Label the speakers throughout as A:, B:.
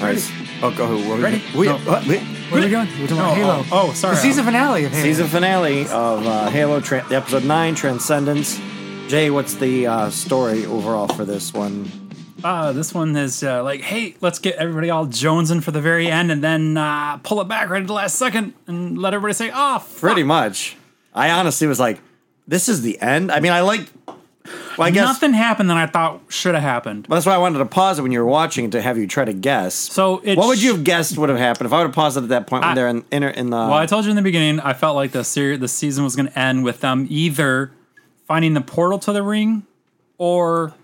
A: Oh, go. What are we-
B: Ready?
A: We,
B: No.
A: what, we,
C: What are we doing? We're talking about
B: Oh,
C: Halo.
B: oh, oh, sorry.
C: The season finale of Halo.
D: Season finale of uh, Halo Tra- Episode 9 Transcendence. Jay, what's the uh, story overall for this one?
B: Uh, this one is uh, like, hey, let's get everybody all jonesing for the very end, and then uh, pull it back right at the last second, and let everybody say, "Oh, fuck.
D: Pretty much. I honestly was like, this is the end? I mean, I like. Well, I guess.
B: nothing happened that I thought should have happened."
D: Well, that's why I wanted to pause it when you were watching to have you try to guess.
B: So it
D: what would you
B: sh-
D: have guessed would have happened if I would have paused it at that point when
B: I-
D: they're in, in, in the?
B: Well, I told you in the beginning, I felt like the series, the season was going to end with them either finding the portal to the ring or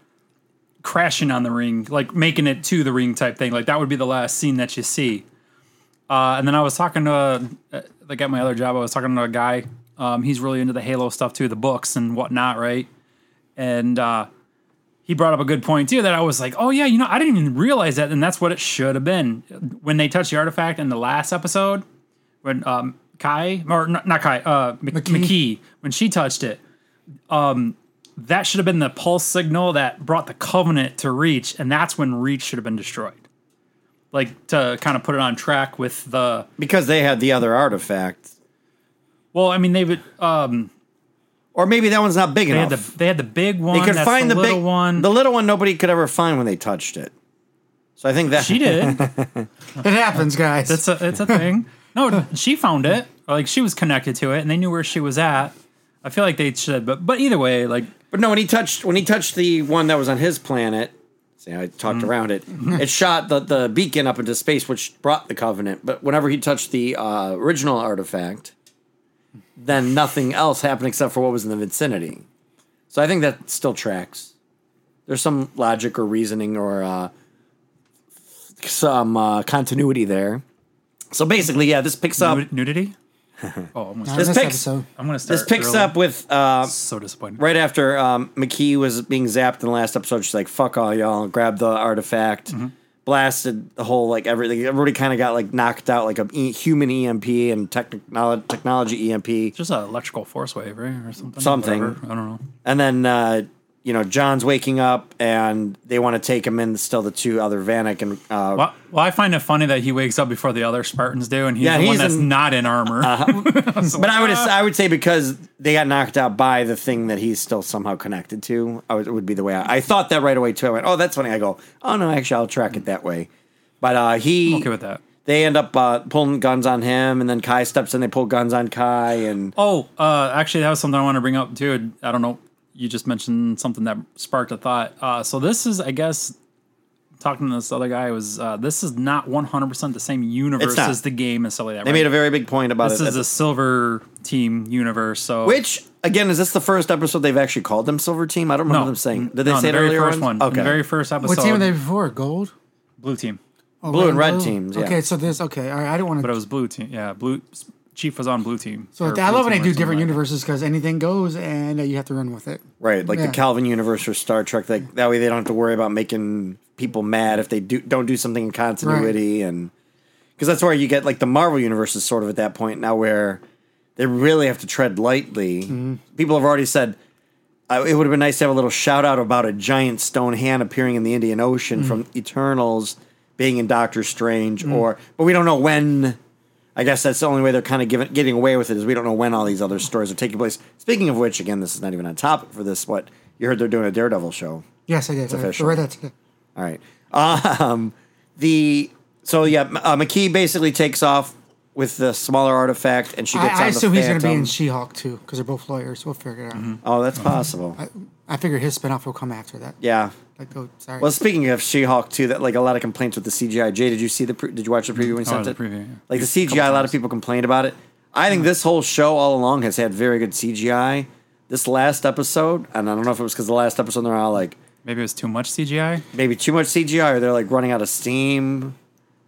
B: crashing on the ring, like making it to the ring type thing. Like that would be the last scene that you see. Uh, and then I was talking to a, like at my other job, I was talking to a guy. Um, he's really into the Halo stuff too, the books and whatnot, right? And uh, he brought up a good point too that I was like, oh yeah, you know, I didn't even realize that, and that's what it should have been when they touched the artifact in the last episode when um Kai or not, not Kai uh Mc- McKee. when she touched it um that should have been the pulse signal that brought the covenant to reach and that's when reach should have been destroyed like to kind of put it on track with the
D: because they had the other artifact,
B: well I mean they would um
D: or maybe that one's not big
B: they
D: enough.
B: had the they had the big one
D: they could
B: that's
D: find
B: the,
D: the,
B: little
D: big
B: one
D: The little one nobody could ever find when they touched it. So I think that
B: she did
C: it happens, guys.
B: It's a it's a thing. No, she found it. Like she was connected to it, and they knew where she was at. I feel like they should, but but either way, like
D: But no, when he touched when he touched the one that was on his planet, see, I talked
B: Mm-hmm.
D: around it. It shot the, the beacon up into space, which brought the Covenant. But whenever he touched the uh, original artifact, then nothing else happened except for what was in the vicinity. So I think that still tracks. There's some logic or reasoning or uh, some uh, continuity there. So basically, yeah, this picks up.
B: nu- nudity. Oh, I'm
C: Not
B: gonna start,
C: in
D: this
C: this
D: picks-
C: episode.
B: I'm gonna start
D: This picks
B: early.
D: up with uh,
B: So disappointed.
D: right after um, McKee was being zapped in the last episode, she's like, "Fuck all y'all!" Grabbed the artifact, blasted the whole like everything. Everybody kind of got like knocked out, like a e- human EMP and technolo- technology E EMP.
B: Just an electrical force wave, right, or something.
D: Something.
B: Whatever. I don't know.
D: And then uh, you know John's waking up, and they want to take him in. Still, the two other Vanek and uh,
B: Well, well, I find it funny that he wakes up before the other Spartans do, and he's
D: Yeah,
B: the one
D: he's
B: that's
D: in- Uh-huh.
B: not in armor.
D: But I would I would say because they got knocked out by the thing that he's still somehow connected to. I would, would be the way I, I thought that right away too. I went, oh, that's funny. I go, oh no, actually, I'll track it that way. But uh, he
B: I'm okay with that.
D: They end up uh, pulling guns on him, and then Kai steps in. They pull guns on Kai, and
B: Oh, uh, actually, that was something I want to bring up too. I don't know. You just mentioned something that sparked a thought. Uh, so this is, I guess, talking to this other guy was uh, this is not one hundred percent the same universe
D: It's not.
B: as the game and stuff like that.
D: they made a very big point about
B: this
D: it.
B: is a silver team universe. So
D: which again is this the first episode they've actually called them Silver Team? I don't remember
B: no,
D: them saying.
B: no,
D: Did they
B: in
D: say
B: the
D: it
B: very
D: earlier?
B: first
D: on?
B: one? Okay,
D: Okay.
B: the very first episode.
C: What team were they before? Gold?
B: Blue team,
C: Oh,
D: Blue and red teams, yeah.
C: Okay, so there's okay. All right, I don't want
B: but it
C: to.
B: was blue team. Yeah, blue chief was on blue team.
C: So
B: or
C: I
B: blue
C: love when they do
B: team or something
C: different
B: like that.
C: universes because anything goes, and uh, you have to run with it.
D: Right, like
C: Yeah.
D: the Calvin universe or Star Trek. Like that way, they don't have to worry about making people mad if they do don't do something in continuity, and because that's where you get like the Marvel universe is sort of at that point now where they really have to tread lightly. People have already said uh, it would have been nice to have a little shout out about a giant stone hand appearing in the Indian Ocean from Eternals being in Doctor Strange, or but we don't know when. I guess that's the only way they're kind of giving, getting away with it is we don't know when all these other stories are taking place. Speaking of which, again, this is not even on topic for this, but you heard they're doing a Daredevil show.
C: Yes, I did. I
D: official.
C: read that today.
D: All right. Um, the so yeah, M- uh, McKee basically takes off with the smaller artifact, and she gets.
C: I, I
D: on
C: assume
D: the
C: he's going to be in
D: Phantom.
C: She-Hulk too because they're both lawyers. We'll figure it out.
D: oh, that's possible.
C: I figure his spinoff will come after that.
D: yeah.
C: Like, oh, sorry.
D: Well, speaking of She-Hulk too, that like a lot of complaints with the CGI. Jay, did you see the? Pre- did you watch the preview when you
C: Oh,
D: sent
B: the
D: it?
B: preview, yeah.
D: Like the CGI, a lot of people complained about it. I
C: Mm-hmm.
D: think this whole show all along has had very good CGI. This last episode, and I don't know if it was because the last episode they're all like
B: Maybe it was too much CGI.
D: maybe too much CGI, or they're like running out of steam,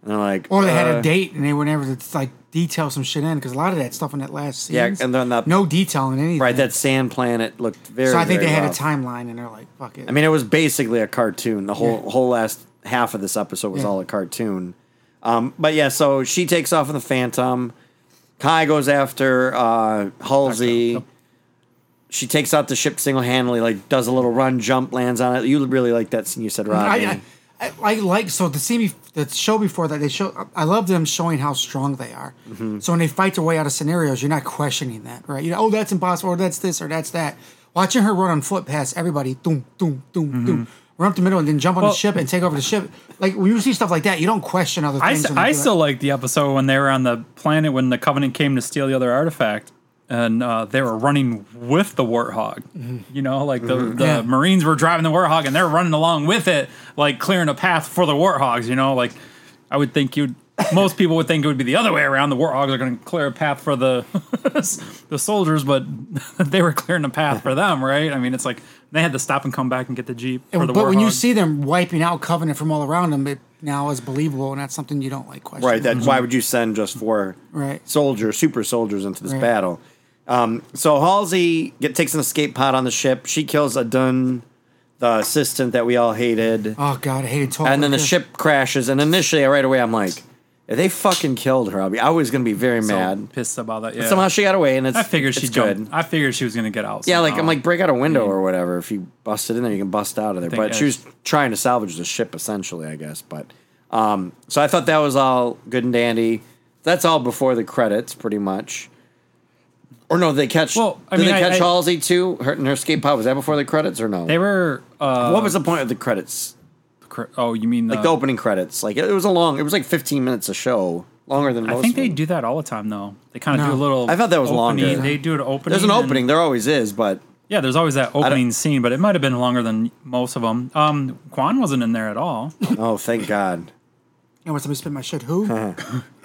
D: and they're like,
C: or they had
D: uh,
C: a date and they were never to like detail some shit in because a lot of that stuff in that last scene.
D: Yeah, and then that-
C: no detail in anything.
D: Right, that sand planet looked very.
C: So I think
D: very
C: they had a
D: rough.
C: timeline and they're like, fuck it.
D: I mean, it was basically a cartoon. The whole
C: Yeah.
D: whole last half of this episode was
C: Yeah.
D: all a cartoon. Um, but yeah, so she takes off in the Phantom. Kai goes after uh, Halsey.
B: Yep.
D: She takes out the ship single handedly. Like does a little run, jump, lands on it. You really like that scene you said, Rodney.
C: I, I, I, I like so the see the show before that they show I love them showing how strong they are. So when they fight their way out of scenarios, you're not questioning that, right? You know, oh that's impossible, or that's this, or that's that. Watching her run on foot past everybody, doom, doom, doom, doom, run up the middle and then jump on
B: Well-
C: the ship and take over the ship. Like when you see stuff like that, you don't question other
B: I,
C: things.
B: s-
C: when they
B: I
C: do it.
B: still like the episode when they were on the planet when the Covenant came to steal the other artifact, and uh, they were running with the Warthog. You know, like the, the
C: Yeah.
B: Marines were driving the Warthog and they're running along with it, like clearing a path for the Warthogs. You know, like I would think you'd. Most people would think it would be the other way around. The Warthogs are going to clear a path for the the soldiers, but they were clearing a path for them, right? I mean, it's like they had to stop and come back and get the jeep. for the
C: but when you
B: Warthog.
C: see them wiping out Covenant from all around them, it now is believable, and that's something you don't like question.
D: Right. That why would you send just four
C: Mm-hmm. Right.
D: soldiers, super soldiers, into this
C: Right.
D: battle? Um, so Halsey get, takes an escape pod on the ship. She kills Adun, the assistant that we all hated,
C: oh God, I hated talking.
D: and then the ship crashes. And initially, right away, I'm like, if they fucking killed her, I'll be, I was gonna be very
B: So
D: mad.
B: pissed about that. Yeah.
D: Somehow she got away, and it's
B: I figured she
D: it's
B: jumped.
D: good.
B: I figured she was gonna get out.
D: Yeah, like I'm
B: somehow.
D: like break out a window or whatever. If you bust it in there, you can bust out of there.
B: think
D: But
B: I-
D: she was trying to salvage the ship essentially, I guess. But um, so I thought that was all good and dandy. That's all before the credits, pretty much. Or no, they catch.
B: Well, I
D: did
B: mean,
D: they
B: I-
D: catch
B: I-
D: Halsey too? Her and her skate pod was that before the credits or no? Um,
B: they were. Uh,
D: what was the point of the credits?
B: cr- oh, you mean
D: Like the opening credits? Like it, it was a long. It was like 15 minutes a show, longer than most.
B: I think
D: of
B: they
D: them.
B: do that all the time though. They kind of
C: No.
B: do a little.
D: I thought that was
B: opening-
D: longer.
B: They do an opening.
D: There's an
B: and-
D: opening. There always is, but
B: yeah, there's always that opening scene, but it might have been longer than most of them. Um, Quan wasn't in there at all.
D: oh, thank God.
C: You know, when somebody spit my shit, who?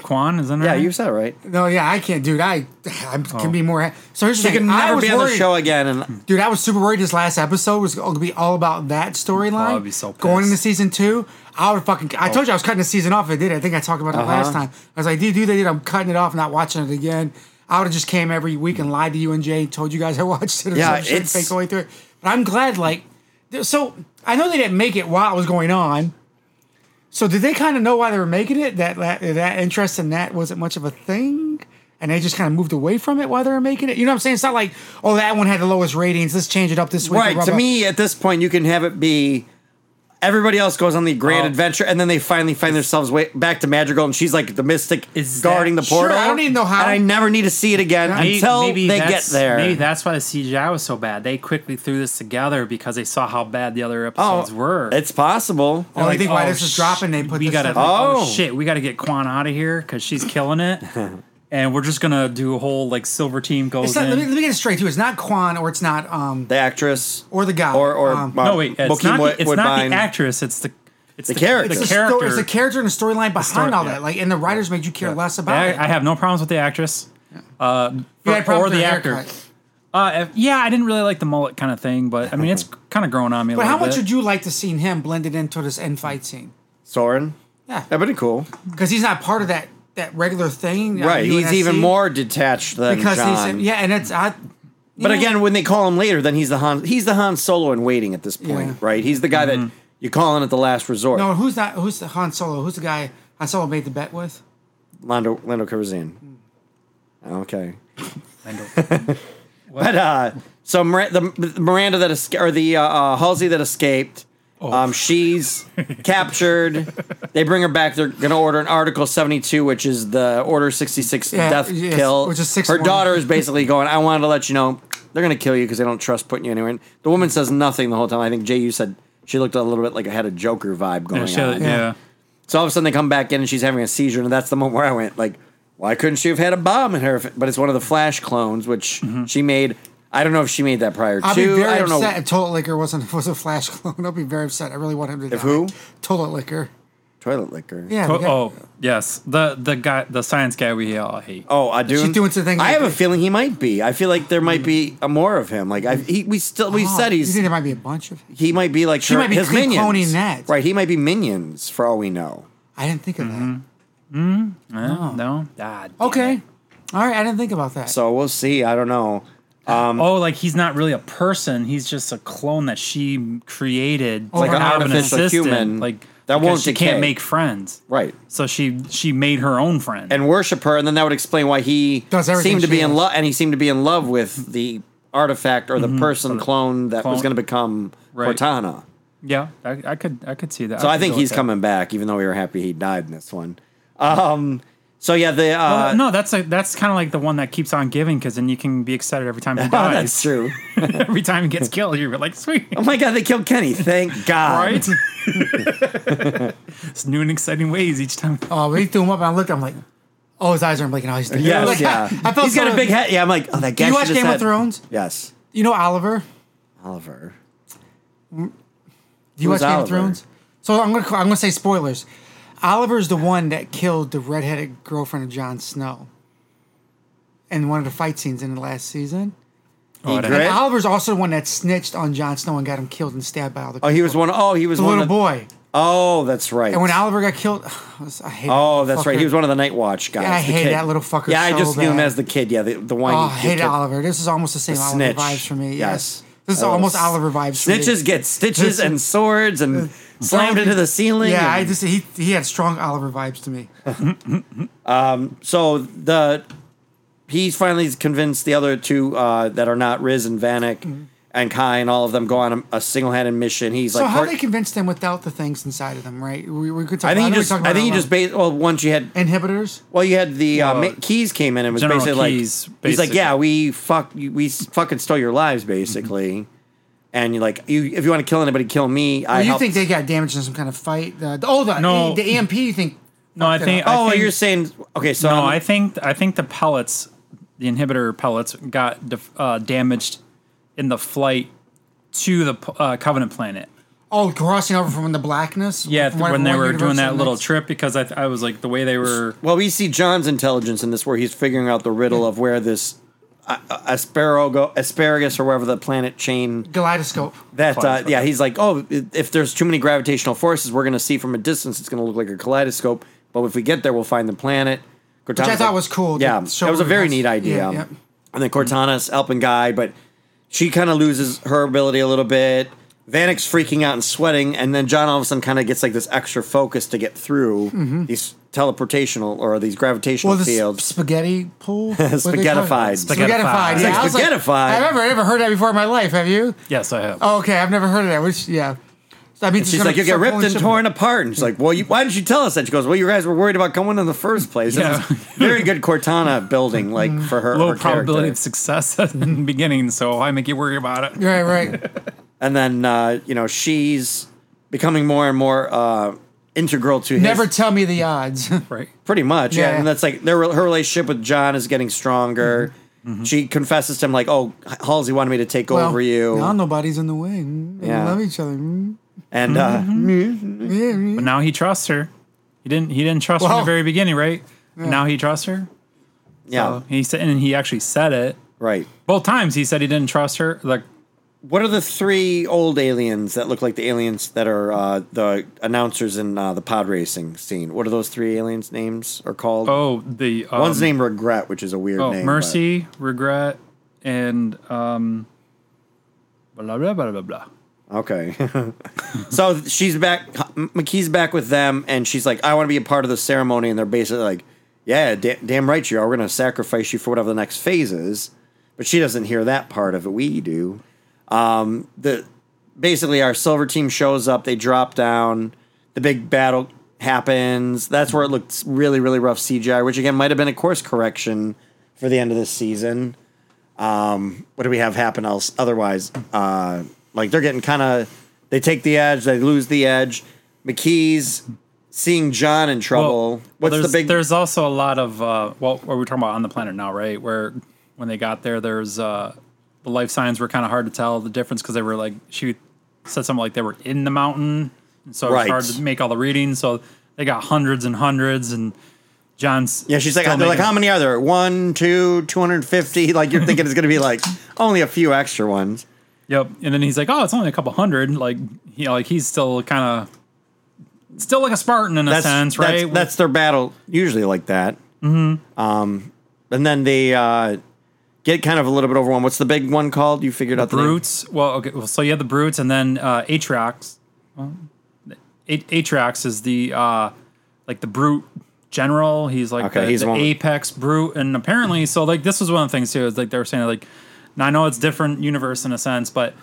B: Quan is in
D: Yeah,
B: there.
D: you said it right.
C: no, yeah, I can't, dude. I, I can be more. So here's the
D: Oh. She
C: thing.
D: can
C: I
D: never
C: was
D: be on
C: worried,
D: the show again, and
C: dude. I was super worried. This last episode was going to be all about that storyline.
B: Oh, I'd be so
C: going into
B: pissed.
C: season two. I would fucking. I told you I
D: Oh.
C: was cutting the season off. I did. I think I talked about it last
D: Uh-huh.
C: time. I was like, dude, dude, dude, I'm cutting it off. Not watching it again. I would have just came every week and lied to you and Jay. Told you guys I watched it. Or
D: Yeah,
C: some shit,
D: it's-
C: fake the way through it. But I'm glad. Like, th- so I know they didn't make it while it was going on. So did they kind of know why they were making it? That that, that interest in that wasn't much of a thing, and they just kind of moved away from it while they were making it. You know what I'm saying? It's not like oh that one had the lowest ratings. Let's change it up this week.
D: Right.
C: blah,
D: To
C: blah.
D: me, at this point, you can have it be everybody else goes on the grand
B: Oh.
D: adventure, and then they finally find themselves way back to Madrigal, and she's like the mystic
B: Is that-
D: guarding the
B: Sure,
D: portal.
C: I don't even know how.
D: And I never need to see it again
B: Maybe-
D: until
B: maybe
D: they get
B: that's-
D: there.
B: Maybe that's why the CGI was so bad. They quickly threw this together because they saw how bad the other episodes were.
D: Oh, It's possible.
C: Oh, I think why this
B: sh-
C: is dropping. They put
B: we
C: this
B: gotta
C: stuff-
B: oh.
D: Oh.
B: shit we gotta get Quan out of here because she's killing it and we're just gonna do a whole like silver team goes
C: It's not,
B: in
C: let, me, let me get it straight too. It's not Quan or it's not um
D: The actress,
C: or the guy
D: or or
C: um,
D: uh,
B: no wait it's
D: Joaquin
B: not,
D: Wo-
B: the, it's not
D: Woodbine.
B: the actress it's the it's the,
D: character.
B: the
C: it's,
B: character
C: The sto- it's the character and the storyline behind
B: story-
C: all
B: yeah.
C: that. Like and the writers made you care less about
B: I,
C: it.
B: I have no problems with the actress uh,
C: You
B: for-
C: had problems
B: or
C: with
B: the
C: her
B: actor
C: haircut.
B: uh, if- yeah I didn't really like the mullet kind of thing but I mean it's kind of growing on me a
C: But
B: little
C: how much
B: bit.
C: would you like to seen him blended into this end fight scene?
D: Soren.
C: Yeah,
D: That'd been cool.
C: because he's not part of that that regular thing. you know,
D: right. He's
C: UNSC,
D: even more detached than
C: because
D: John.
C: he's yeah, and it's I. you
D: But
C: know,
D: again, when they call him later, then he's the Han. He's the Han Solo in waiting at this point,
C: Yeah.
D: right? He's the guy that you call in at the last resort.
C: no, who's not? Who's the Han Solo? Who's the guy Han Solo made the bet with?
D: Lando Lando Calrissian. Okay,
B: Lando-
D: but uh, so Mir- the the Miranda that escaped, or the uh, uh, Halsey that escaped,
C: Oh.
D: um, she's captured. They bring her back. They're gonna order an Article seventy two, which is the Order sixty six
C: Yeah,
D: death
C: yes,
D: kill.
C: which is six
D: her
C: more.
D: daughter is basically going. I wanted to let you know they're gonna kill you because they don't trust putting you anywhere. And the woman says nothing the whole time. I think Jay, you said she looked a little bit like I had a Joker vibe going
B: yeah, she-
D: on.
B: yeah.
D: So all of a sudden they come back in and she's having a seizure, and that's the moment where I went like, "Why couldn't she have had a bomb in her?" If, but it's one of the Flash clones, which she made. I don't know if she made that prior
C: Mm-hmm. I'll be
D: to.
C: very
D: I don't
C: upset
D: know.
C: if Toilet Liquor wasn't was a Flash clone. I'll be very upset. I really want him to. die.
D: who?
C: Toilet Liquor.
D: Toilet liquor.
C: Yeah.
B: Oh,
C: the guy-
B: oh yes the the guy the science guy we all hate
D: Oh, I do.
C: She's doing some things
D: I
C: like
D: have a
C: that. Mm.
D: feeling he might be. I feel like there might be a more of him. Like I, he, we still we
C: Oh,
D: said
C: You
D: he's
C: think there might be a bunch of?
D: he might be like
C: She
D: her-
C: might be
D: his
C: clone-
D: minions.
C: cloning that.
D: Right, he might be minions for all we know.
C: I didn't think of
D: Mm-hmm.
B: no no ah, damn
C: that. Oh. Okay.
B: it.
C: All right. I didn't think about that.
D: So we'll see. I don't know.
B: oh, like he's not really a person. He's just a clone that she created,
C: Like an
B: out of
D: Oh, artificial human
B: Like
D: that
B: because
D: won't
B: She
D: decay.
B: can't make friends,
D: Right.
B: So she she made her own friend.
D: and worship her, and then that would explain why he
C: Does everything
D: seemed to
C: she
D: be in
C: does.
D: love, and he seemed to be in
C: Mm-hmm.
D: love with the artifact or the person clone that was
B: Clone.
D: going to become
B: Right.
D: Cortana.
B: Yeah, I, I could I could see that.
D: So I
B: could
D: think
B: go with
D: he's
B: that.
D: coming back, even though we were happy he died in this one. Um, so yeah, the
B: Uh,
D: uh,
B: no, that's a, that's kind of like the one that keeps on giving because then you can be excited every time he
D: oh,
B: dies.
D: that's true.
B: every time he gets killed, you're like, sweet,
D: Oh my god, they killed Kenny! Thank God.
B: right? it's new and exciting ways each time.
C: Oh, when he threw him up, and I looked. I'm like, oh, his eyes aren't blinking. Oh, he's dead.
D: Yes,
C: Like,
D: yeah.
C: I, I felt
D: he's got
C: so-
D: a big head. Yeah, I'm like, oh, that guy.
C: you watch Game of Thrones?
D: Yes,
C: You know Oliver?
D: Oliver.
C: Do you watch
D: Who's
C: Game of
D: Oliver?
C: Thrones? So I'm gonna I'm gonna say spoilers. Oliver's the one that killed the redheaded girlfriend of Jon Snow in one of the fight scenes in the last season.
B: Oh, I don't-
D: great. Right?
C: Oliver's also the one that snitched on Jon Snow and got him killed and stabbed by all the
D: Oh, he was one. Oh, he was
C: the
D: one
C: little
D: of,
C: boy.
D: Oh, that's right.
C: And when Oliver got killed, I hate that
D: oh, that's right.
C: fucker.
D: He was one of the Night Watch guys.
C: Yeah, I
D: the
C: hate
D: kid.
C: that little fucker
D: Yeah, I
C: so
D: just knew him
C: bad.
D: as the kid. Yeah, the, the one.
C: Oh, I
D: you- you
C: hate
D: kid.
C: Oliver. This is almost the same
D: The
C: Oliver
D: snitch.
C: vibes for me. Yes.
D: Yes.
C: This is
D: Oh,
C: almost
D: s-
C: Oliver vibes. for me.
D: Snitches get stitches
C: Listen.
D: and swords and slammed into the ceiling.
C: Yeah, I
D: and-
C: just he he had strong Oliver vibes to me.
D: so the he's finally convinced the other two uh, that are not Riz and Vanek and Kai and all of them go on a, a single-handed mission. He's
C: Mm. So
D: like,
C: how
D: part-
C: they convinced them without the things inside of them, right? We, we could talk.
D: I
C: know
D: think you
C: we
D: just,
C: talked
D: I
C: about
D: think you
C: that
D: just ba- well, once you had
C: a lot. inhibitors.
D: Well, you had the uh,
B: Well,
D: ma- keys came in and was
B: General
D: basically
B: Keys,
D: like he's like,
B: basically.
D: yeah, we fuck, we s- fucking stole your lives basically,
B: Mm-hmm.
D: and you're like, you if you want to kill anybody, kill me. I
C: Well, you
D: helped-
C: think they got damaged in some kind of fight? Uh, the- oh, the
B: No.
C: the EMP you think?
B: No, I
C: fucked it
B: think.
C: up.
B: I
D: Oh, well,
B: think-
D: you're saying okay, so
B: No,
D: I'm-
B: I think I think the pellets, the inhibitor pellets, got def- uh, damaged in the flight to the p- uh, Covenant planet.
C: Oh, crossing over from the blackness.
B: Yeah,
C: from one-
B: when they
C: one
B: were
C: universe
B: doing
C: to
B: that
C: the
B: little
C: next.
B: trip, because I, th- I was like the way they were.
D: well, we see John's intelligence in this where he's figuring out the riddle of where this. Uh, asparago, asparagus, or wherever the planet chain
C: kaleidoscope.
D: that, uh,
B: Fine.
D: yeah, he's like, oh, i- if there's too many gravitational forces, we're going to see from a distance, it's going to look like a kaleidoscope. But if we get there, we'll find the planet.
C: Which I thought was cool.
D: Yeah,
C: to
D: that
C: show
D: was a
C: everyone
D: very
C: else.
D: neat idea.
C: Yeah, yeah.
D: And then Cortana's helping Guy, but she kind of loses her ability a little bit. Vanek's freaking out and sweating, and then John all of a sudden kind of gets like this extra focus to get through these teleportational or these gravitational
C: Mm-hmm. Well, the sp-
D: fieds.
C: spaghetti pool. Spaghettified.
D: Spaghettified.
C: Spaghettified. Yeah, I was like,
D: Spaghettified.
C: I remember. I never heard that before in my life. Have you?
B: Yes, I have.
C: Oh, okay, I've never heard of that. Which, yeah. So that means it's
D: She's
C: gonna
D: like, you get
C: start
D: ripped
C: pulling
D: and
C: shit-
D: torn apart. And she's like, well, you, why did you tell us that? She goes, well, you guys were worried about going in the first place. And
B: Yeah.
D: it's very good Cortana building, like for her.
B: Low
D: her
B: probability
D: character.
B: of success in the beginning, so why make you worry about it?
C: Right, right.
D: and then uh, you know she's becoming more and more uh, integral to his
C: Never tell me the odds.
B: Right.
D: pretty much yeah.
C: Yeah.
D: and that's like their her relationship with John is getting stronger. Mm-hmm. She confesses to him like, "Oh, Halsey wanted me to take
C: Well,
D: over you,"
C: Now nobody's in the way. Mm,
D: Yeah.
C: We love each other. Mm.
D: and uh,
B: But now he trusts her. He didn't. He didn't trust her in
C: Well-
B: the very beginning, right? Now he trusts her.
D: yeah,
B: He said, and he actually said it
D: right.
B: both times. He said he didn't trust her. Like
D: What are the three old aliens that look like the aliens that are uh, the announcers in uh, the pod racing scene? What are those three aliens' names are called?
B: oh, the um,
D: One's named Regret, which is a weird
B: Oh,
D: name. but-
B: mercy, regret, and um, blah blah blah blah blah.
D: Okay. so she's back. M- McKee's back with them, and she's like, "I want to be a part of the ceremony." And they're basically like, "Yeah, da- damn right you are. We're going to sacrifice you for whatever the next phase is." But she doesn't hear that part of it. We do. Um, the basically our silver team shows up. They drop down. The big battle happens. That's where it looks really, really rough CGI, which again might have been a course correction for the end of this season Um, what do we have happen else otherwise? Uh, like they're getting kind of they take the edge, they lose the edge. McKee's seeing John in trouble. What's
B: there's,
D: the big?
B: There's also a lot of uh, well, what we're talking about on the planet now, right? Where when they got there, there's uh, the life signs were kind of hard to tell the difference because they were like she said something like they were in the mountain, and so it was
D: Right.
B: hard to make all the readings. So they got hundreds and hundreds, and John's
D: yeah, she's like
B: still
D: they're like
B: making-
D: how many are there? One, two, two hundred fifty. Like you're thinking it's gonna be like only a few extra ones.
B: Yep. And then he's like, "Oh, it's only a couple hundred. Like, you know, like he's still kind of still like a Spartan in a
D: That's
B: sense,
D: that's,
B: right?
D: that's their battle usually like that. Mm-hmm. Um, and then they uh, get kind of a little bit overwhelmed. What's the big one called? You figured out the name?
B: brutes. Well, okay. Well, so you have the brutes, and then uh, Atriox. Well, A- Atriox is the uh, like the brute general. He's like
D: Okay,
B: the,
D: he's
B: the
D: one-
B: apex brute, and apparently, so like this was one of the things too. Is like they were saying like, now I know it's different universe in a sense, but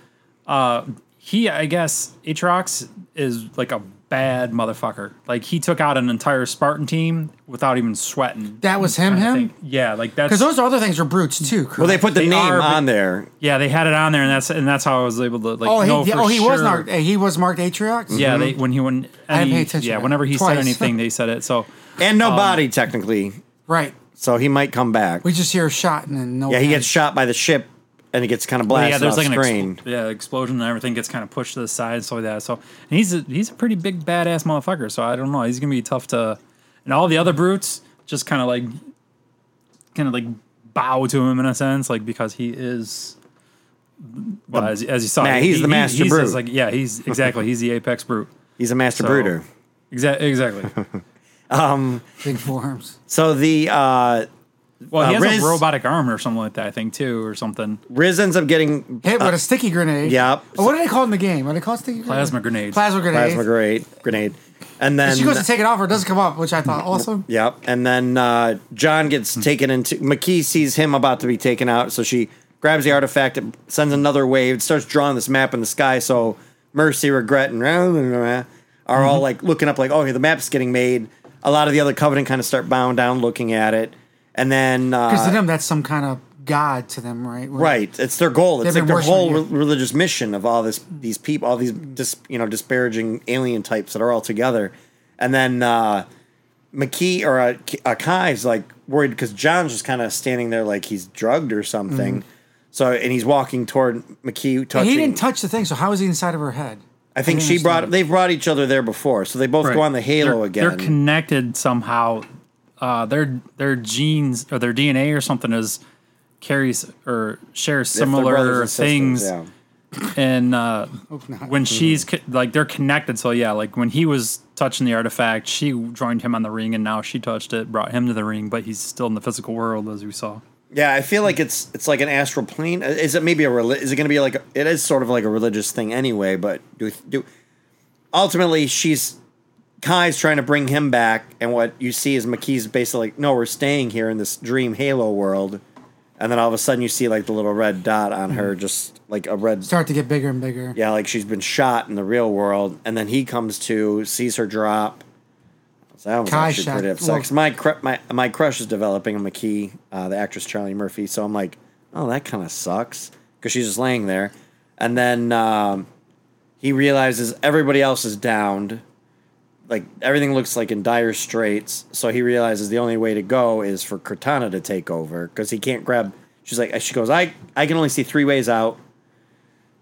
B: uh, he, I guess, Aatrox is like a bad motherfucker. Like he took out an entire Spartan team without even sweating.
C: That was him,
B: I
C: him.
B: think- Yeah, like that's
C: Because those other things are brutes too. Correct?
D: Well, they put the
B: They
D: name
B: are, but-
D: on there.
B: yeah. They had it on there, and that's and that's how I was able to like.
C: oh, he,
B: know for
C: oh, he was
B: sure.
C: marked. He was marked Atriox.
B: Yeah, they when he when
C: Mm-hmm. I didn't pay
B: any-
C: attention
B: yeah
C: to
B: whenever
C: that.
B: he
C: Twice.
B: said anything, they said it. So
D: And
B: Um,
D: no body, technically.
C: Right.
D: So he might come back.
C: We just hear a shot and then no.
D: Yeah, he
C: pain.
D: gets shot by the ship and he gets kind of
B: yeah,
D: blasted
B: there's
D: off
B: like an
D: screen.
B: ex- yeah explosion and everything gets kind of pushed to the side and stuff like that. So and he's a, he's a pretty big badass motherfucker. So I don't know, he's gonna be tough to, and all the other brutes just kind of like, kind of like bow to him in a sense, like because he is. Well, as, as you saw,
D: man, he's
B: he-
D: the
B: he-
D: master
B: he's
D: brute.
B: just Like yeah, he's exactly he's the apex brute.
D: He's a master
B: So-
D: brooder.
B: Exa- exactly.
C: big forearms.
D: So the uh,
B: Well, he
D: Uh,
B: has
D: Riz-
B: a robotic arm or something like that, I think too, or something.
D: Riz ends up getting
C: Hit with a sticky grenade.
D: yep.
C: Oh, what do they call it in the game? What do they call it sticky grenade?
B: Plasma grenades.
C: Plasma grenade.
D: plasma grenade, grenade, and then
C: She goes to take it off, or it doesn't come off, which I thought
D: Mm-hmm.
C: awesome.
D: Yep. And then uh, John gets taken into. McKee sees him about to be taken out, so she grabs the artifact. It sends another wave. It starts drawing this map in the sky. So Mercy, Regret, and rah, rah, rah, rah, are all like looking up, like, oh, the map's getting made. A lot of the other Covenant kind of start bowing down, looking at it, and then
C: Because to
D: uh,
C: them, that's some kind of god to them, right? Where-
D: right, it's their goal. It's
C: They've
D: like
C: been
D: their whole re-
C: worshiping
D: religious mission of all this, these people, all these, dis, you know, disparaging alien types that are all together, and then. uh McKee or uh, K- uh, Kai's like worried because John's just kind of standing there like he's drugged or something. So and he's walking toward McKee. Touching,
C: Mm-hmm. He didn't touch the thing, so how is he inside of her head?
D: I think
C: didn't
D: she brought.
C: understand.
D: They've brought each other there before, so they both go on the halo
B: they're,
D: again.
B: They're connected somehow. Uh, their their genes or their DNA or something is carries or shares
D: If they're brothers
B: similar
D: and sisters,
B: things.
D: yeah.
B: And uh,
C: not.
B: when she's co- like they're connected, so yeah, like when he was touching the artifact, she joined him on the ring, and now she touched it, brought him to the ring, but he's still in the physical world as we saw.
D: Yeah, I feel like it's it's like an astral plane. Uh, Is it maybe a reli- is it going to be like a, it is sort of like a religious thing anyway? But do do ultimately she's Kai's trying to bring him back, and what you see is McKee's basically like, no, we're staying here in this dream Halo world, and then all of a sudden you see like the little red dot on her, just like a red.
C: Start to get bigger and bigger.
D: Yeah, like she's been shot in the real world, and then he comes to sees her drop. So that was
C: Kai
D: actually
C: shot-
D: pretty upset. 'cause my cr- my my crush is developing on McKee, uh, the actress Charlie Murphy. So I'm like, oh, that kind of sucks because she's just laying there, and then um, he realizes everybody else is downed. Like everything looks like in dire straits, so he realizes the only way to go is for Cortana to take over because he can't grab. She's like, she goes, I I can only see three ways out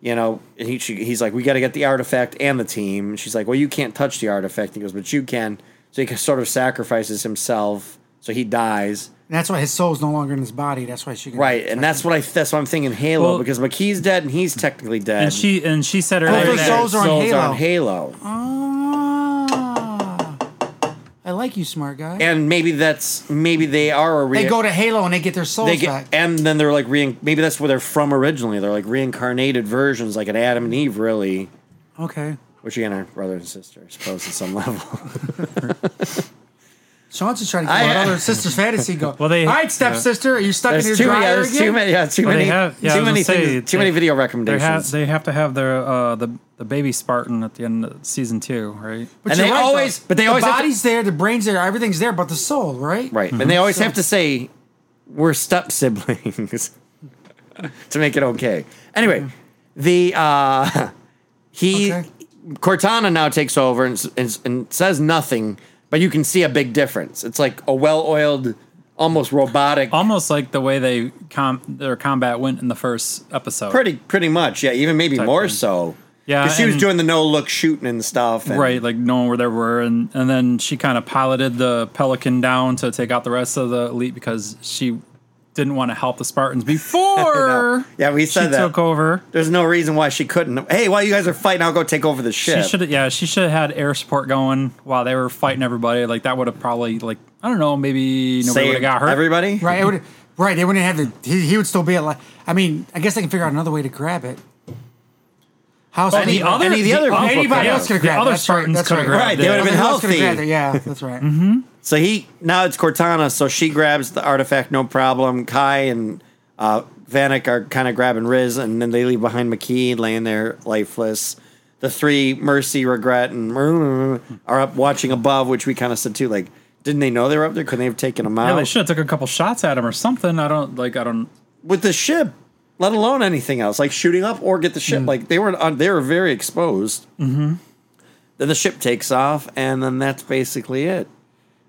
D: you know, and he, she, he's like, we got to get the artifact and the team. And she's like, well, you can't touch the artifact. He goes, but you can. So he sort of sacrifices himself. So he dies.
C: And that's why his soul's no longer in his body. That's why she can.
D: Right. And that's what I, that's what I'm thinking Halo
B: Well-
D: because McKee's dead and he's technically dead.
B: And she and she said
C: their
B: earlier that
C: souls are on
B: so-
D: He's
C: Halo. Oh.
D: on Halo.
C: Ah, I like you, smart guy.
D: And maybe that's, maybe they are a re-
C: they go to Halo and they get their souls
D: they get,
C: back.
D: and then they're like rein, maybe that's where they're from originally. They're like reincarnated versions, like an Adam and Eve, really.
C: okay.
D: Which again are brother and sister, I suppose, at some level.
C: Sean's just trying to
D: I-
C: get another sister's fantasy go.
B: Well, they-
C: All right, stepsister, are you stuck in your
D: too many, yeah,
C: dryer
D: there's
C: again?
D: too many, yeah, too
B: Well, they
D: many,
B: have- yeah, I
D: too
B: was
D: many
B: gonna say,
D: things, too many
B: they-
D: video
B: They
D: recommendations.
B: have they have to have their uh, the the baby Spartan at the end of season two, right?
C: But
D: And
C: you're
D: they
C: though.
D: always- but they
C: the
D: always have to-
C: body's there, the brain's there, everything's there, but the soul, right?
D: right, and they always
C: So-
D: have to say we're step siblings to make it okay. Anyway, the uh, he
C: Okay.
D: Cortana now takes over and, s- and, s- and says nothing, but you can see a big difference. It's like a well-oiled, almost robotic.
B: almost like the way they com- their combat went in the first episode.
D: Pretty, pretty much, yeah. Even maybe more
B: thing.
D: so.
B: Yeah,
D: 'Cause she was
B: and-
D: doing the no look shooting and stuff. and-
B: right, like knowing where they were, and and then she kind of piloted the Pelican down to take out the rest of the elite because she didn't want to help the Spartans before.
D: Yeah, we said
B: she
D: that.
B: took over.
D: There's no reason why she couldn't. Hey, while you guys are fighting, I'll go take over the
B: She
D: ship.
B: should have, yeah, she should have had air support going while they were fighting everybody. Like that would have probably, like, I don't know, maybe nobody
D: Save
B: would have got hurt.
D: Everybody?
C: Right. It would, right. They wouldn't have the. He, he would still be alive. I mean, I guess they can figure out another way to grab it. How?
B: But the other,
D: Any of the other people
C: anybody
D: could've.
C: else could have
B: the
C: grabbed. it.
B: other
C: That's right.
B: Spartans
C: That's
B: could have
C: right.
B: grabbed
D: Right,
B: it.
D: they would've been
C: Other ones could've
D: healthy.
C: grabbed it, Yeah, that's right.
D: So he now it's Cortana. So she grabs the artifact, no problem. Kai and uh, Vanek are kind of grabbing Riz, and then they leave behind McKee laying there lifeless. The three Mercy, Regret, and Maroon are up watching above, which we kind of said too. Like, didn't they know they were up there? Couldn't they have taken them out?
B: Yeah, they should have took a couple shots at him or something. I don't like. I don't.
D: with the ship, let alone anything else, like shooting up or get the ship.
C: Mm.
D: Like they were on, they were very exposed. Mm-hmm. Then the ship takes off, and then that's basically it.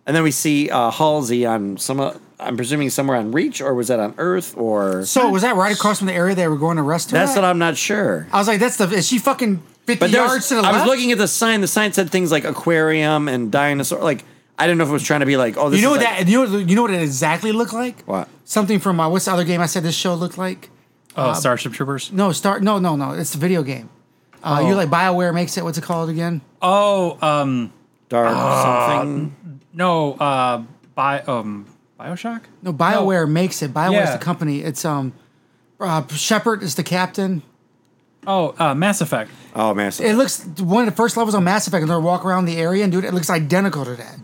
D: And then we see uh, Halsey on some. Uh, I'm presuming somewhere on Reach, or was that on Earth, or
C: So was that right across from the area they were going to rest?
D: that's
C: at?
D: what I'm not sure.
C: I was like, that's the. Is she fucking fifty
D: But there was-
C: yards to the
D: I
C: left?
D: was looking at the sign. The sign said things like aquarium and dinosaur. Like I didn't know if it was trying to be like, oh, this
C: You know
D: is
C: what
D: like-
C: that? You know, you know what it exactly looked like?
D: What?
C: Something from uh, what's the other game I said this show looked like?
D: Uh,
B: Oh, Starship Troopers.
C: No, start. No, no, no. It's the video game. Uh,
D: Oh.
C: You like Bioware makes it. What's it called again?
B: Oh, um,
D: dark
C: Uh,
D: something.
B: no, uh, by um, Bioshock.
C: No, Bioware makes it. Bioware's
B: Yeah.
C: the company. It's um, uh, Shepard is the captain.
B: Oh, uh, Mass Effect.
D: Oh man, so-
C: It looks one of the first levels on Mass Effect, and they'll walk around the area and do it. It looks identical to that.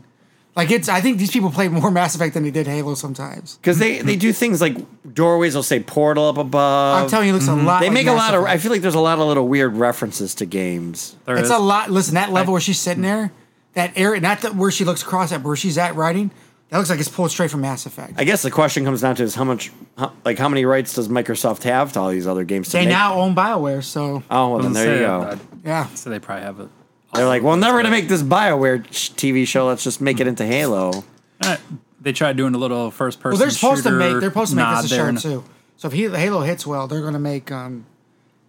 C: Like it's. I think these people played more Mass Effect than they did Halo sometimes.
D: because they they do things like doorways. They'll say portal up above.
C: I'm telling you, it looks a lot.
D: Oh, mm-hmm. They
C: like
D: make a
C: Mass
D: lot of.
C: Effect.
D: I feel like there's a lot of little weird references to games.
B: There
C: it's
B: is.
C: a lot. Listen, that level where she's sitting there, that area, not that where she looks across at, but where she's at writing, that looks like it's pulled straight from Mass Effect.
D: I guess the question comes down to is how much, how, like how many rights does Microsoft have to all these other games? To
C: they
D: make?
C: now own Bioware, so
D: Oh well, then
B: Doesn't
D: there you
B: say
D: go.
B: that.
C: yeah.
B: So they probably have it.
D: They're like, well, never gonna make this Bioware sh- TV show. Let's just make it into Halo.
B: Eh, They tried doing a little first person.
C: Well, they're supposed to make they're supposed to make this a show
B: shirt
C: too. So if he, Halo hits well, they're going to make um,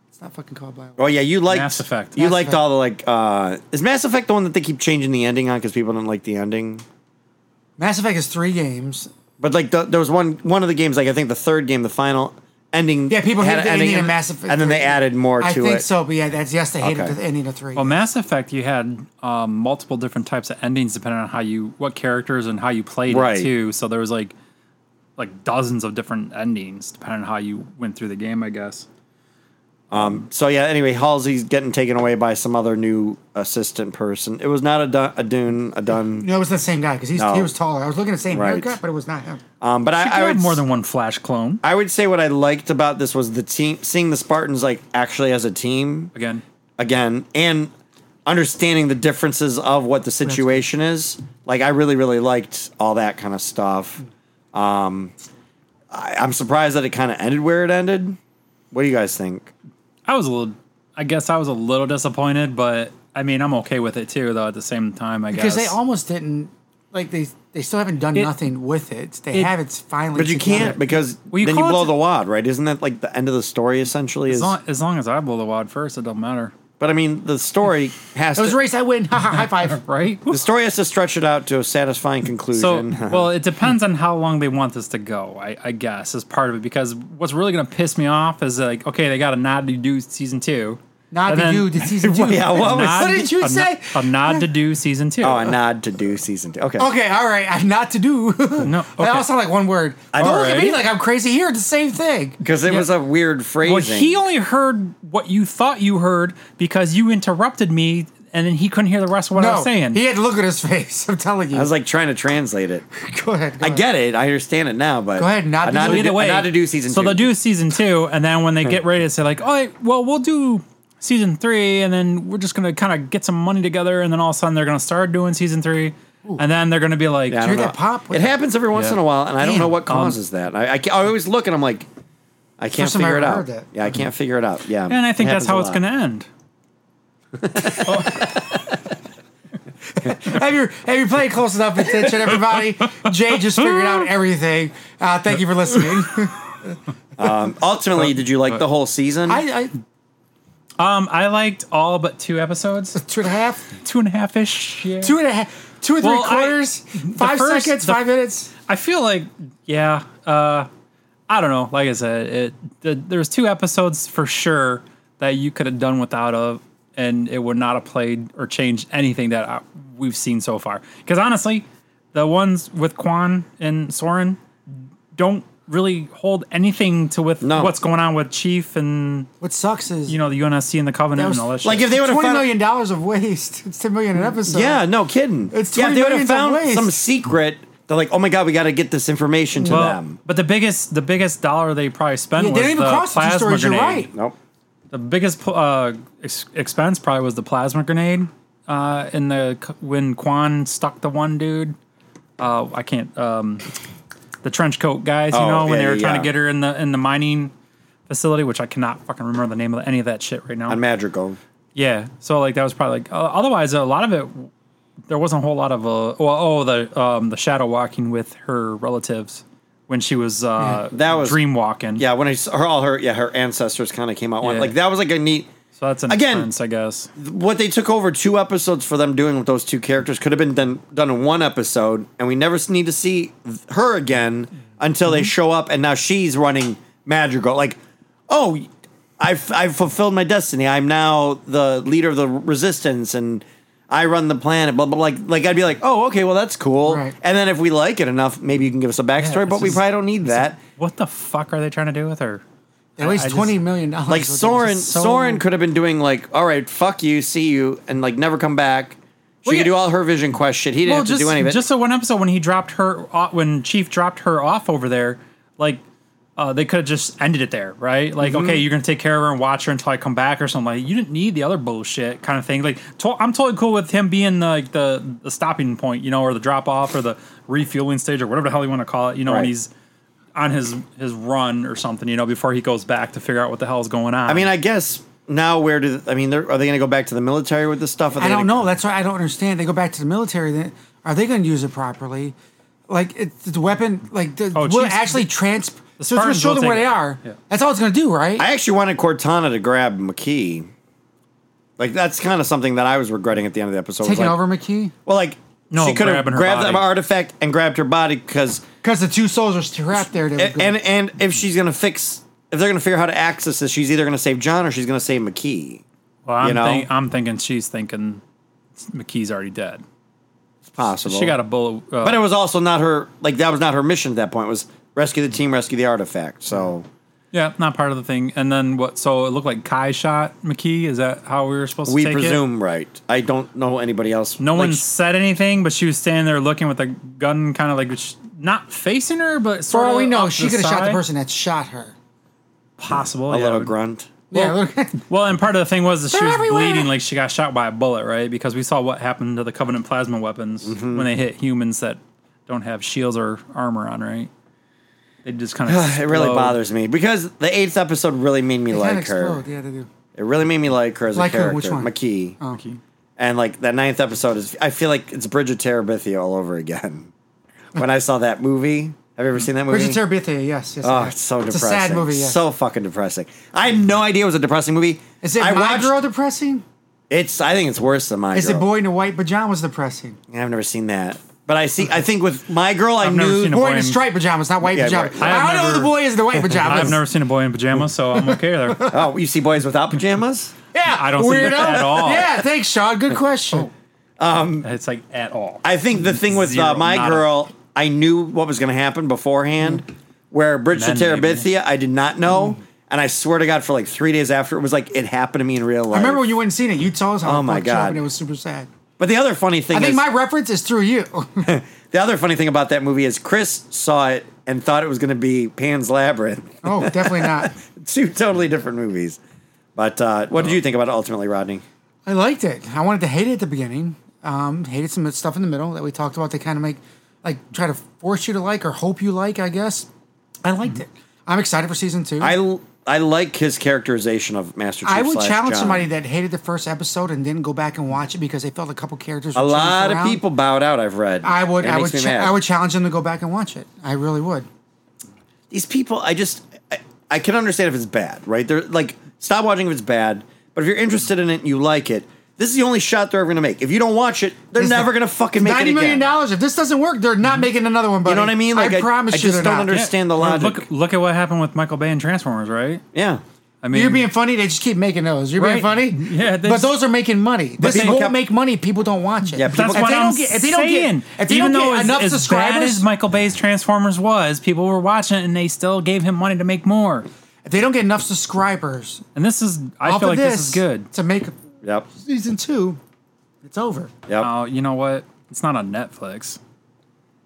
C: it's not fucking called Bioware.
D: Oh yeah, you liked
B: Mass Effect.
D: You
C: Mass
D: liked
C: Effect.
D: all the like. uh Is Mass Effect the one that they keep changing the ending on because people don't like the ending?
C: Mass Effect is three games.
D: But like the, there was one one of the games like I think the third game the final ending
C: Yeah, people hated
D: had an
C: the ending
D: in
C: of
D: it,
C: Mass Effect
D: and then they
C: three.
D: added more to
C: I
D: it
C: think so, but yeah, that's yes, they hated
D: Okay.
C: the ending of three.
B: Well, Mass Effect, you had um, multiple different types of endings depending on how you, what characters and how you played
D: Right.
B: it too. So there was like, like dozens of different endings depending on how you went through the game. I guess.
D: So yeah. Anyway, Halsey's getting taken away by some other new assistant person. It was not a dun, a Dune a Dun.
C: no, it was not the same guy because
D: No.
C: he was taller. I was looking at the same
D: Right.
C: haircut, but it was not him.
D: Um, but
B: You
D: I,
B: could
D: I
B: have
D: would
B: more than one Flash clone.
D: I would say what I liked about this was the team seeing the Spartans like actually as a team
B: Again,
D: again and understanding the differences of what the situation is. Like I really really liked all that kind of stuff. Um, I, I'm surprised that it kind of ended where it ended. What do you guys think?
B: I was a little. I guess I was a little disappointed, but I mean, I'm okay with it too. Though at the same time, I
C: because
B: guess
C: they almost didn't like they they still haven't done nothing with it. They
B: it-
C: have it's finally.
D: But you
C: together.
D: can't because
B: Well, you
D: then you
B: call it
D: blow
B: the-
D: the wad, right? Isn't that like the end of the story essentially?
B: as
D: is
B: long, as long as I blow the wad first, it don't matter,
D: But I mean, the story has
C: It was
D: to,
C: a race. I win. Ha ha. High five.
B: right?
D: the story has to stretch it out to a satisfying
B: So,
D: conclusion.
B: well, it depends on how long they want this to go. I, I guess is part of it because what's really going to piss me off is like, okay, they got a nod to do season two,
C: Not
B: And
C: to
B: then-
C: do the season two.
D: Yeah, what was-
C: what did you
B: a,
C: say?
B: A nod to do season two.
D: oh, a nod to do season two. Okay,
C: Okay, all right. I'm not to do.
B: No,
C: They
B: okay.
C: all sound like one word. Don't look at me
B: Alright.
C: like I'm crazy here. It's the same thing.
D: because it was a weird phrasing.
B: well, he only heard what you thought you heard because you interrupted me, and then he couldn't hear the rest of what I
C: No,
B: was saying.
C: he had to look at his face. I'm telling you.
D: I was like trying to translate it.
C: go ahead. Go
D: I
C: ahead.
D: get it. I understand it now. But
C: Go ahead, nod
D: a
C: to
D: nod
C: do-
D: to
B: Either
D: do,
B: way,
D: a nod to do season
B: so
D: two.
B: they'll do season two, and then when they get ready to say like, "Oh, well, we'll do season three, and then we're just gonna kind of get some money together, and then all of a sudden they're gonna start doing season three, and then they're gonna be like,
D: I
C: Hear
D: don't know.
C: that pop?
D: It happens every once
B: Yeah.
D: in a while, and I don't
C: Damn. um,
D: know what causes that. I, I, ca- I always look and I'm like, I can't
C: First time I
D: figure it
C: ever
D: out.
C: heard that.
D: Yeah, I can't figure it out. Yeah,
B: and I
D: it
B: think that's
D: happens
B: how
D: a
B: it's
D: lot.
B: gonna end.
C: have you have you played close enough attention, everybody? Jay just figured out everything. Uh, thank you for listening.
D: Ultimately, did you like the whole season?
C: I, I
B: Um, I liked all but two episodes,
C: two and a half,
B: two and a half ish. Yeah.
C: two and a half, two and three
B: Well, I-
C: quarters, five
B: first-
C: seconds,
B: the-
C: five minutes.
B: I feel like, yeah, uh, I don't know. Like I said, it the, there's two episodes for sure that you could have done without of, and it would not have played or changed anything that I, we've seen so far. Because honestly, the ones with Quan and Soren don't really hold anything to with
D: No.
B: what's going on with Chief and
C: What sucks is
B: you know the UNSC and the Covenant
C: That was-
B: and all that.
D: like
B: shit.
D: if they would have
C: twenty
D: found
C: million dollars of waste. It's ten million an episode.
D: Yeah, no kidding.
C: It's
D: yeah, if
C: 20
D: they would
C: million
D: have found
C: ways.
D: some secret
C: Yeah.
D: They're like, oh my god, we got to get this information to
B: Well,
D: them.
B: but the biggest the biggest dollar they probably spent
C: Yeah,
B: was
C: they didn't
B: the
C: even cross the two
B: plasma
C: stories. You're
B: grenade.
C: right.
D: Nope.
B: The biggest pl- uh, ex- expense probably was the plasma grenade. Uh, in the c- when Quan stuck the one dude, uh, I can't. Um, the trench coat guys, you
D: Oh,
B: know, when
D: yeah,
B: they were
D: yeah,
B: trying
D: yeah.
B: to get her in the in the mining facility, which I cannot fucking remember the name of any of that shit right now.
D: On Madrigal.
B: Yeah. So like that was probably like. Uh, otherwise, a lot of it, there wasn't a whole lot of uh. Well, oh the um the shadow walking with her relatives when she was uh
D: that was-
B: dream walking.
D: Yeah, when I saw her, all her yeah, her ancestors kind of came out one.
B: Yeah.
D: Like that was like a neat
B: So that's an
D: Again-
B: expense, I guess.
D: what they took over two episodes for them doing with those two characters could have been done done in one episode, and we never s- need to see th- her again until they show up, and now she's running Madrigal. Like, oh, I've I've fulfilled my destiny. I'm now the leader of the resistance, and I run the planet. Blah blah. Like like I'd be like, oh okay, well that's cool.
C: Right.
D: And then if we like it enough, maybe you can give us a backstory.
B: it's
D: but we
B: just-
D: probably don't need that.
B: What the fuck are they trying to do with her?
C: At least
B: I just-
C: twenty million dollars.
D: like
C: worth of-
D: Soren,
B: so-
D: Soren could have been doing like, all right, fuck you, see you, and like never come back. She
B: Well,
D: could
B: yeah.
D: do all her vision quest shit. He didn't have
B: just
D: to do any of it.
B: just the one episode when he dropped her off, when Chief dropped her off over there, like. Uh, they could have just ended it there, right? Like,
D: Mm-hmm.
B: okay, you're gonna take care of her and watch her until I come back or something. Like, you didn't need the other bullshit kind of thing. Like, to- I'm totally cool with him being like the, the stopping point, you know, or the drop off or the refueling stage or whatever the hell you want to call it, you know, when
D: Right.
B: he's on his his run or something, you know, before he goes back to figure out what the hell's going on.
D: I mean, I guess now where do I mean? They're, are they going to go back to the military with this stuff? Are they
C: I don't
D: gonna-
C: know. That's why I don't understand. They go back to the military. Then are they going to use it properly? Like it, the weapon, like the,
B: Oh,
C: will it
B: geez.
C: actually trans? So it's going to
B: Spartans
C: show
B: will
C: them where
B: take
C: they
B: it.
C: are.
B: Yeah.
C: That's all it's going to do, right?
D: I actually wanted Cortana to grab McKee. Like that's kind of something that I was regretting at the end of the episode. was
C: Taking
D: like-
C: over McKee
D: Well, like
B: No,
D: she could have
B: grabbing her
D: grabbed
B: body.
D: that artifact and grabbed her body because
C: because the two soldiers trapped there. That
D: and,
C: and,
D: and and if she's going to fix if they're going to figure out how to access this, she's either going to save John or she's going to save McKee.
B: Well, I'm,
D: you know?
B: think, I'm thinking she's thinking McKee's already dead.
D: It's possible
B: She got a bullet. Uh,
D: But it was also not her like that was not her mission at that point. It was rescue the team, rescue the artifact. So
B: yeah, not part of the thing. And then what? So it looked like Kai shot McKee. Is that how we were supposed to
D: we
B: take it?
D: presume right. I don't know anybody else.
B: No
D: like,
B: one
D: sh-
B: said anything, but she was standing there looking with a gun, kind of like sh- not facing her, but
C: for
B: sort
C: all
B: of
C: we know,
B: off to
C: she could have shot the
B: side.
C: person that shot her.
B: Possible.
D: a
B: yeah.
D: little grunt.
B: Well,
C: yeah.
B: well, and part of the thing was that she
C: They're
B: was
C: everywhere.
B: bleeding like she got shot by a bullet, right? Because we saw what happened to the Covenant plasma weapons
D: Mm-hmm.
B: when they hit humans that don't have shields or armor on, right? They just kind of.
D: It really bothers me because the eighth episode really made me
C: Kinda
D: like her.
C: explode. Yeah, they do.
D: It really made me like her as
C: Like
D: a
C: her,
D: character.
C: which one? Oh,
D: McKee.
B: me.
D: And like that ninth episode is I feel like it's Bridget Terabithia all over again. when I saw that movie. Have you ever seen that movie?
C: Bridget Terabithia. Yes. Yes.
D: Oh,
C: yes.
D: it's so
C: it's
D: depressing.
C: a sad movie. Yes.
D: So fucking depressing. I had no idea it was a depressing movie.
C: is it
D: I
C: my
D: watched-
C: girl depressing?
D: It's. I think it's worse than my.
C: Is
D: girl.
C: it boy in a white pajamas depressing?
D: I've never seen that. But I see. I think with my girl, I
B: I've never
D: knew.
B: seen a
C: Boy
B: boy
C: in
B: in-
C: striped pajamas, not white
D: Yeah,
C: pajamas.
D: right.
B: I
C: I
B: have
C: don't know who the
B: never-
C: boy is in the white pajamas.
B: I've never seen a boy in pajamas, so I'm okay there.
D: Oh, you see boys without pajamas?
C: Yeah,
B: I don't see
C: weirdo.
B: it at all.
C: Yeah, thanks, Sean. Good question.
D: Oh,
B: It's like at all.
D: I think the thing with uh,
B: Zero,
D: my
B: nada.
D: girl, I knew what was going to happen beforehand.
C: Hmm.
D: Where Bridge to
B: Men, maybe.
D: Terabithia, I did not know, and I swear to God, for like three days after, it was like it happened to me in real
C: I
D: life.
C: remember when you went and seen it. You told us how
D: Oh,
C: it
D: my
C: fucked you up
D: God.
C: and it was super sad.
D: But the other funny thing
C: I think
D: is,
C: my reference is through you.
D: the other funny thing about that movie is Chris saw it and thought it was going to be Pan's Labyrinth.
C: oh, definitely not.
D: Two totally different movies. But uh, what did you think about it ultimately, Rodney?
C: I liked it. I wanted to hate it at the beginning. Um, hated some stuff in the middle that we talked about. They kind of make, like, try to force you to like or hope you like. I guess I liked it. I'm excited for season two.
D: Mm-hmm. I l- I like his characterization of Master Chief.
C: I would
D: slash
C: challenge
D: John.
C: somebody that hated the first episode and didn't go back and watch it because they felt a couple characters. Were
D: A
C: changed
D: lot of
C: around.
D: people bowed out. I've read.
C: I would.
D: It
C: I would.
D: makes me
C: Cha-
D: mad.
C: I would challenge them to go back and watch it. I really would.
D: These people, I just, I, I can understand if it's bad, right? They're like, stop watching if it's bad. But if you're interested in it, and you like it. This is the only shot they're ever gonna make. If you don't watch it, they're
C: It's
D: never
C: the-
D: gonna fucking make it
C: Ninety
D: again. Mm-hmm.
C: million dollars. If this doesn't work, they're not making another one. Buddy.
D: You know what I mean? Like,
C: I,
D: I-
C: promise
D: I
C: you,
D: just
C: they're
D: don't
C: not.
D: understand- Stand the
B: Well,
D: logic.
B: Look, look at what happened with Michael Bay and Transformers, right?
D: Yeah,
B: I mean,
C: You're being funny. They just keep making those. You're being
B: Right.
C: funny.
B: Yeah, they
C: but
B: just-
C: those are making money. This
D: people
C: won't
D: kept-
C: make money. People don't watch it.
D: Yeah,
C: If
D: people-
B: That's
D: If
B: what
C: they
B: I'm
C: don't get, if they don't
B: saying.
C: get, if they
B: Even
C: don't
B: though
C: get
B: as,
C: enough
B: as
C: subscribers,
B: bad as Michael Bay's Transformers was, people were watching it and they still gave him money to make more.
C: if they don't get enough subscribers,
B: And this is, I
C: off
B: feel
C: of
B: like
C: this,
B: this, is good.
C: to make
D: yep,
C: season two. It's over.
D: yep.
B: Oh, you know what? It's not on Netflix.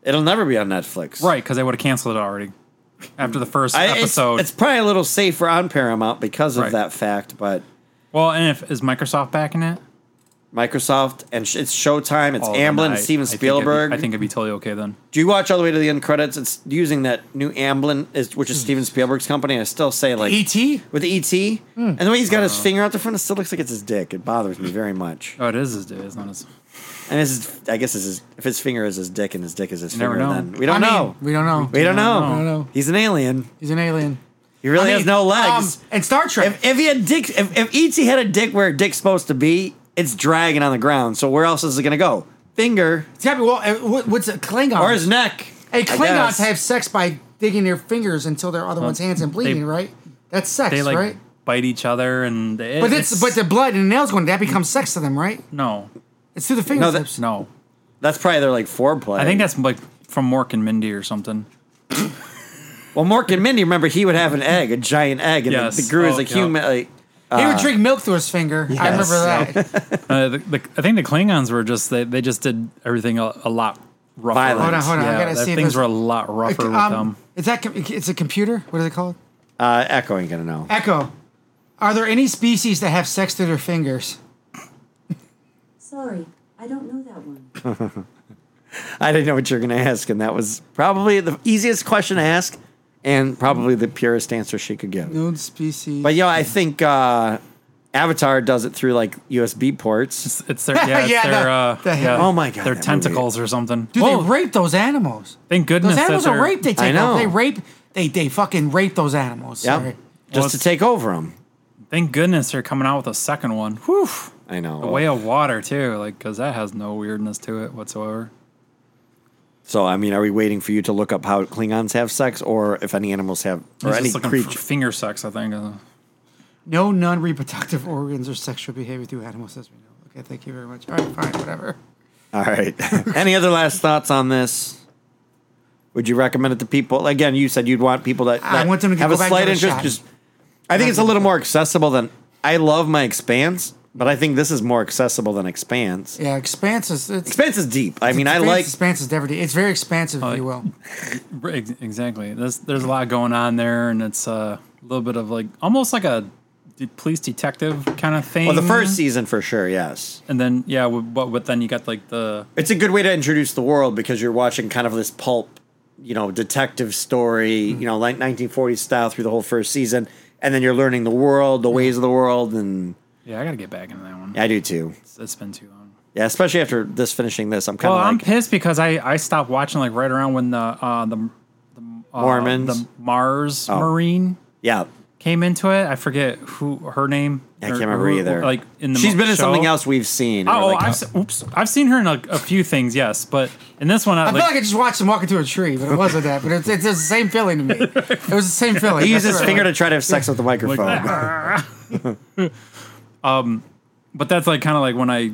D: It'll never be on Netflix.
B: Right, because they would have canceled it already after the first
D: I, it's-
B: episode.
D: It's, probably a little safer on Paramount because of
B: Right.
D: that fact, but
B: well, and if is Microsoft backing it?
D: Microsoft and sh- it's Showtime, it's
B: Oh, then
D: Amblin,
B: I-
D: it's Steven
B: I think it'd be-
D: Spielberg.
B: I think it'd be totally okay then.
D: Do you watch all the way to the end credits? It's using that new Amblin, is, which
C: Hmm.
D: is Steven Spielberg's company. And I still say like
C: E.T.
D: with the ET,
C: Hmm.
D: and the way he's got
C: Uh.
D: his finger out the front, it still looks like it's his dick. It bothers me very much.
B: Oh, it is his day. It's not his.
D: And this is, I guess, this is if his finger is his dick and his dick is his
B: You never
D: finger,
B: know.
D: then we don't
C: I mean,
D: know.
C: We don't know.
D: we don't know.
C: I don't know.
D: He's an alien.
C: He's an alien.
D: He really
C: I
D: has
C: mean,
D: no legs.
C: um, and Star Trek.
D: if, if he had dick, if, if ET had a dick where a dick's supposed to be, it's dragging on the ground. So where else is it gonna go? Finger
C: It's gotta be- well, uh, what- what's a Klingon?
D: or his neck?
C: hey,
D: I
C: Klingons
D: guess.
C: have sex by digging their fingers until their other one's hands and bleeding,
B: they-
C: right? That's sex,
B: They like
C: right?
B: bite each other and. It,
C: But it's, but the blood and the nails going that becomes sex to them, right?
B: no,
C: It's through the
D: No, that-
C: fingertips.
B: no.
D: That's probably their like foreplay.
B: I think that's like from Mork and Mindy or something.
D: well, Mork and Mindy. Remember, he would have an egg, a giant egg, and
B: Yes.
D: the, the grew
B: Oh,
D: as a
B: yeah.
D: human. Like,
C: he would drink milk through his finger. I
D: uh, yes.
C: remember that.
B: Uh, the, the, I think the Klingons were just they, they just did everything a, a lot rougher.
D: Violent. Hold on,
C: hold on, I
B: Yeah,
C: gotta
B: their
C: see if
B: things
C: there's-
B: were a lot rougher with
C: um,
B: them.
C: is that com- it's a computer? What is it called?
D: uh, Echo ain't gonna know.
C: Echo. Are there any species that have sex through their fingers?
A: Sorry, I don't know that one.
D: I didn't know what you were going to ask, and that was probably the easiest question to ask, and probably the purest answer she could give.
C: Known species.
D: But yeah, I think uh, Avatar does it through like USB ports.
B: It's their yeah, it's
C: Yeah,
B: their
C: the-
B: uh,
C: the-
B: yeah,
D: Oh my God, that
B: their
D: movie.
B: tentacles or something.
C: Do
B: Whoa,
C: they rape those animals?
B: thank goodness
C: Those animals
B: that
C: are
B: they're-
C: raped. They
D: I
C: take off.
D: know.
C: They rape. They they fucking rape those animals.
D: Yep,
C: Sorry.
D: just
B: Well,
D: to
B: it's-
D: take over them.
B: Thank goodness they're coming out with a second one. Whew.
D: I know.
B: The Way of Water too, like because that has no weirdness to it whatsoever.
D: so I mean, are we waiting for you to look up how Klingons have sex, or if any animals have,
B: I
D: or
B: was
D: any
B: just looking for
D: creature?
B: finger sex, I think. Uh,
C: No non-reproductive organs or sexual behavior through animals, as we know. Okay, thank you very much. All right, fine, whatever.
D: All right. any other last thoughts on this? Would you recommend it to people? Again, you said you'd want people that,
C: I
D: that
C: want them to
D: have
C: go
D: a
C: back and
D: slight
C: give it a
D: interest.
C: shot.
D: Just, I think it's a little more accessible than I love my Expanse, but I think this is more accessible than Expanse.
C: Yeah, expanse is. It's,
D: Expanse is deep. I mean, I
C: expanse-
D: like.
C: expanse is everything. It's very expansive, if you will.
B: ex- exactly. There's there's a lot going on there, and it's uh, a little bit of like almost like a de- police detective kind of thing.
D: Well, the first season for sure. Yes,
B: and then yeah, w- but but then you got like the
D: it's a good way to introduce the world because you're watching kind of this pulp, you know, detective story,
C: Mm-hmm.
D: you know, like 1940s style through the whole first season, and then you're learning the world,
C: Mm-hmm.
D: the ways of the world, and
B: yeah. I gotta get back into that one.
D: I do too.
B: It's, it's been too long.
D: Yeah, especially after this finishing this, I'm kind
B: Well,
D: of
B: I'm
D: like
B: pissed because I I stopped watching like right around when the uh, the the uh,
D: Mormons.
B: the Mars
D: Oh.
B: Marine
D: yeah.
B: came into it. I forget who her name.
D: I can't remember either.
B: Like in the
D: she's been in
B: show.
D: something else we've seen.
B: Oh,
D: We're like,
B: I've se- oops, I've seen her in a, a few things, yes, but in this one,
C: I
B: I, like,
C: feel like I just watched him walking through a tree, but it wasn't that. But it's, it's the same feeling to me. It was the same feeling.
D: he used
C: That's
D: his
C: right.
D: finger to try to have sex with the microphone.
B: but that's like kind of like when I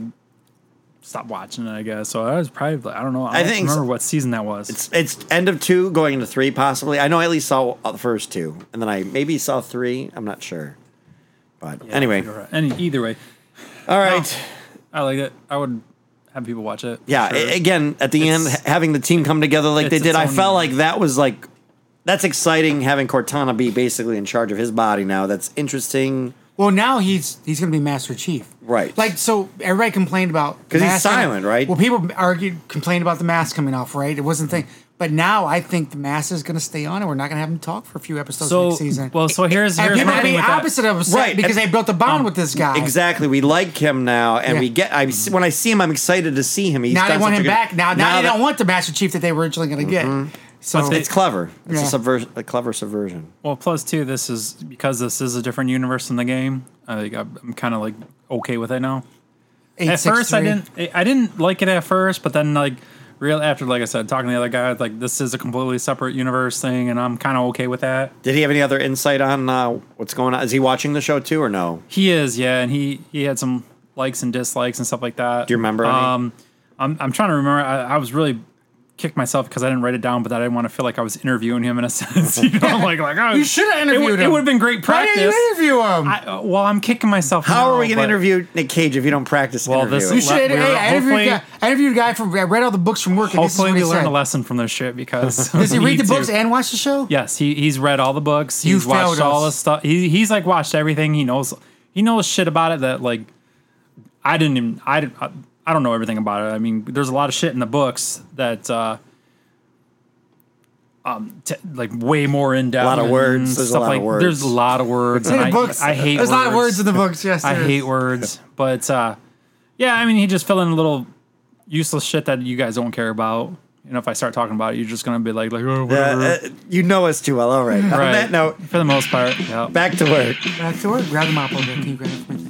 B: stopped watching it, I guess. So I was probably like, I don't know. I,
D: I
B: don't
D: think
B: remember
D: so-
B: what season that was. It's,
D: it's end of two, going into three, possibly. I know I at least saw uh, the first two, and then I maybe saw three. I'm not sure, but anyway,
B: Any either way,
D: all right.
B: I like it. I would have people watch it. for
D: Yeah,
B: sure.
D: a- again, at the end,
B: It's-
D: ha- having the team come together like they
B: it's
D: did,
B: its
D: I
B: own-
D: felt like that was like that's exciting. Having Cortana be basically in charge of his body now, that's interesting.
C: Well, now he's he's going to be Master Chief,
D: Right.
C: Like so, everybody complained about
D: 'Cause he's
C: masks coming-
D: silent, right?
C: Well, people argued, complained about the mask coming off, right? It wasn't a thing, but now I think the mask is going to stay on, and we're not going to have him talk for a few episodes
B: So-
C: next season.
B: well, so here's-
C: and
B: here's
C: people
B: my
C: are
B: thing
C: the
B: with um, that.
C: opposite of upset
D: Right,
C: because
D: and-
C: they built a bond with this guy.
D: Exactly. We like him now, and
C: Yeah.
D: we get. I see- when I see him, I'm excited to see him. He's
C: Now they
D: done
C: want
D: such
C: him
D: a good-
C: back. Now, now, they
D: that-
C: don't want the Master Chief that they were originally going to get.
B: Mm-hmm.
C: So
D: It's clever. It's a
C: Yeah.
D: subversion, a clever subversion.
B: Well, plus two, this is because this is a different universe in the game. I think I'm, I'm kind of like okay with it now.
C: eight,
B: at
C: six,
B: first I
C: three.
B: didn't I- I didn't like it at first, but then like real after like I said talking to the other guy, it's like this is a completely separate universe thing, and I'm kind of okay with that.
D: Did he have any other insight on uh, what's going on? Is he watching the show too or no?
B: He is, yeah, and he he had some likes and dislikes and stuff like that.
D: Do you remember any?
B: Um, I'm I'm trying to remember. I, I was really kicked myself because I didn't write it down, but that I didn't want to feel like I was interviewing him in a sense. You know, like like oh,
C: You should have
B: It
C: interviewed
B: would,
C: him.
B: have been great
C: Why didn't
B: practice.
C: you interview him?
B: I, uh, well, I'm kicking myself.
D: How
B: now,
D: are we going to
B: but-
D: interview Nick Cage if you don't practice
B: Well, this
D: interviewing?
C: you
B: is-
C: should.
B: we were-
C: hey, I interviewed, a
B: hopefully-
C: guy, I interviewed a guy from. I read all the books from work. And this is
B: Hopefully,
C: what
B: we
C: he
B: learned
C: said.
B: a lesson from this shit because
C: Does he
B: we
C: read the
B: need
C: books
B: to.
C: and watch the show?
B: yes, he he's read all the books.
C: You
B: He's watched
C: failed
B: all
C: us.
B: the stuff. He, he's like watched everything. He knows he knows shit about it that like I didn't even I didn't, I, I don't know everything about it. I mean, there's a lot of shit in the books that uh um t- like way more in depth.
D: lot of
B: and
D: words. There's a
B: stuff
D: lot of
B: like,
D: words.
B: There's a lot of words.
C: In
B: and
C: the
B: I,
C: books,
B: I hate
C: There's
B: words.
C: a lot of words in the books. Yes,
B: I
C: there is.
B: hate words, but uh, yeah, I mean, he just filled in a little useless shit that you guys don't care about. You know, if I start talking about it, you're just gonna be like, like, oh,
D: Uh,
B: whatever.
D: uh, you know us too well. All right. On
B: Right.
D: that note,
B: for the most part, yeah.
D: back to work.
C: Back to work. Grab the mop over there. Can you grab it for me?